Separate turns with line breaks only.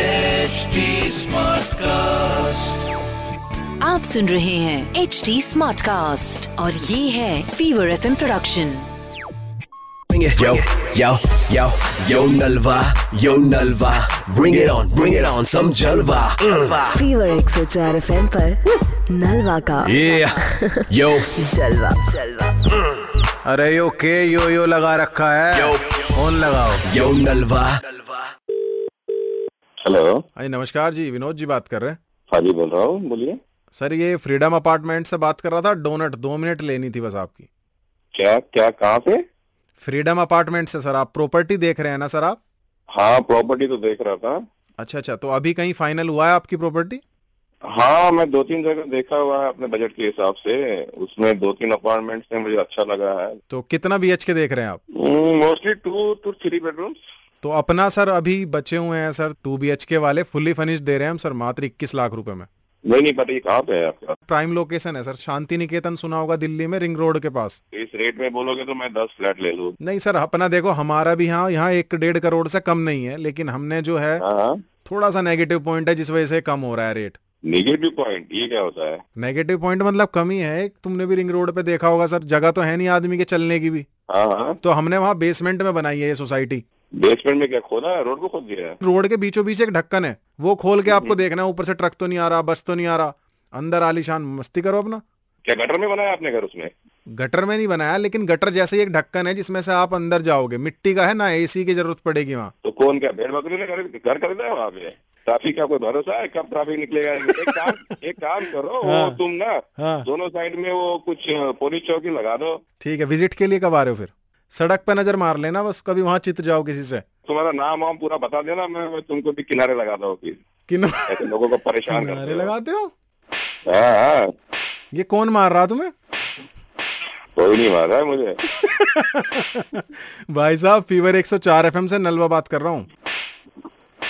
HD Smartcast.
आप सुन रहे हैं एच डी स्मार्ट कास्ट और ये है Fever F production
Bring it. Yo, yo, yo, yo, Nalva, yo, Nalva. Bring it on, bring it on, some Jalva. Mm.
Fever एक सौ चार एफ एम नलवा का
Yeah, yo,
जलवा जलवा
अरे यो के यो यो लगा रखा है
Yo.
फोन लगाओ
yo, Nalva.
हेलो
अरे नमस्कार जी विनोद जी बात कर रहे हैं
हाँ जी बोल रहा हूँ बोलिए
सर ये फ्रीडम अपार्टमेंट से बात कर रहा था डोनट दो मिनट लेनी थी बस आपकी
क्या क्या कहाँ पे
फ्रीडम अपार्टमेंट से सर आप प्रॉपर्टी देख रहे हैं ना सर आप
हाँ प्रॉपर्टी तो देख रहा था
अच्छा अच्छा तो अभी कहीं फाइनल हुआ है आपकी प्रॉपर्टी
हाँ मैं दो तीन जगह देखा हुआ है अपने बजट के हिसाब से उसमें दो तीन अपार्टमेंट्स में मुझे अच्छा लगा है Hmm,
तो कितना बी के देख रहे हैं आप
mostly two two three bedrooms
तो अपना सर अभी बचे हुए हैं सर टू बी के वाले फुल्ली फर्निश्ड दे रहे हैं हम सर मात्र इक्कीस लाख रुपए में
नहीं नहीं पता ये कहाँ पे है आपका
प्राइम लोकेशन है सर शांति निकेतन सुना होगा दिल्ली में रिंग रोड के पास
इस रेट में बोलोगे तो मैं दस फ्लैट ले लूँ
नहीं सर अपना देखो हमारा भी यहाँ यहाँ एक डेढ़ करोड़ से कम नहीं है लेकिन हमने जो है
हाँ हाँ
थोड़ा सा नेगेटिव पॉइंट है जिस वजह से कम हो रहा है रेट
निगेटिव पॉइंट ये क्या होता है
नेगेटिव पॉइंट मतलब कम ही है एक तुमने भी रिंग रोड पे देखा होगा सर जगह तो है नहीं आदमी के चलने की भी
हाँ हाँ
तो हमने वहाँ बेसमेंट में बनाई है ये सोसाइटी
बेसमेंट में क्या खोदा है रोड को खोद दिया है
रोड के बीचों बीच एक ढक्कन है वो खोल के आपको देखना है ऊपर से ट्रक तो नहीं आ रहा बस तो नहीं आ रहा अंदर आलीशान मस्ती करो अपना
क्या गटर में बनाया आपने घर उसमें
गटर में नहीं बनाया लेकिन गटर जैसे ही एक ढक्कन है जिसमें से आप अंदर जाओगे मिट्टी का है ना एसी की जरूरत पड़ेगी वहाँ
तो कौन क्या भेड़ बकरी ने खरीद- घर खरीदा है वहाँ पे ट्रैफिक का कोई भरोसा है कब ट्रैफिक निकलेगा एक काम एक काम करो वो
हाँ।
तुम ना
हाँ।
दोनों साइड में वो कुछ अ, पुलिस चौकी लगा दो
ठीक है विजिट के लिए कब आ रहे हो फिर सड़क पे नजर मार लेना बस कभी वहां चित जाओ किसी से
तुम्हारा नाम वाम पूरा बता देना मैं मैं तुमको भी किनारे लगा दो फिर
कि न-
ऐसे लोगों को परेशान
किनारे
करते हो।
लगाते हो
हाँ हाँ
ये कौन मार रहा तुम्हें
कोई नहीं मार रहा है मुझे
भाई साहब फीवर 104 एफएम से नलवा बात कर रहा हूँ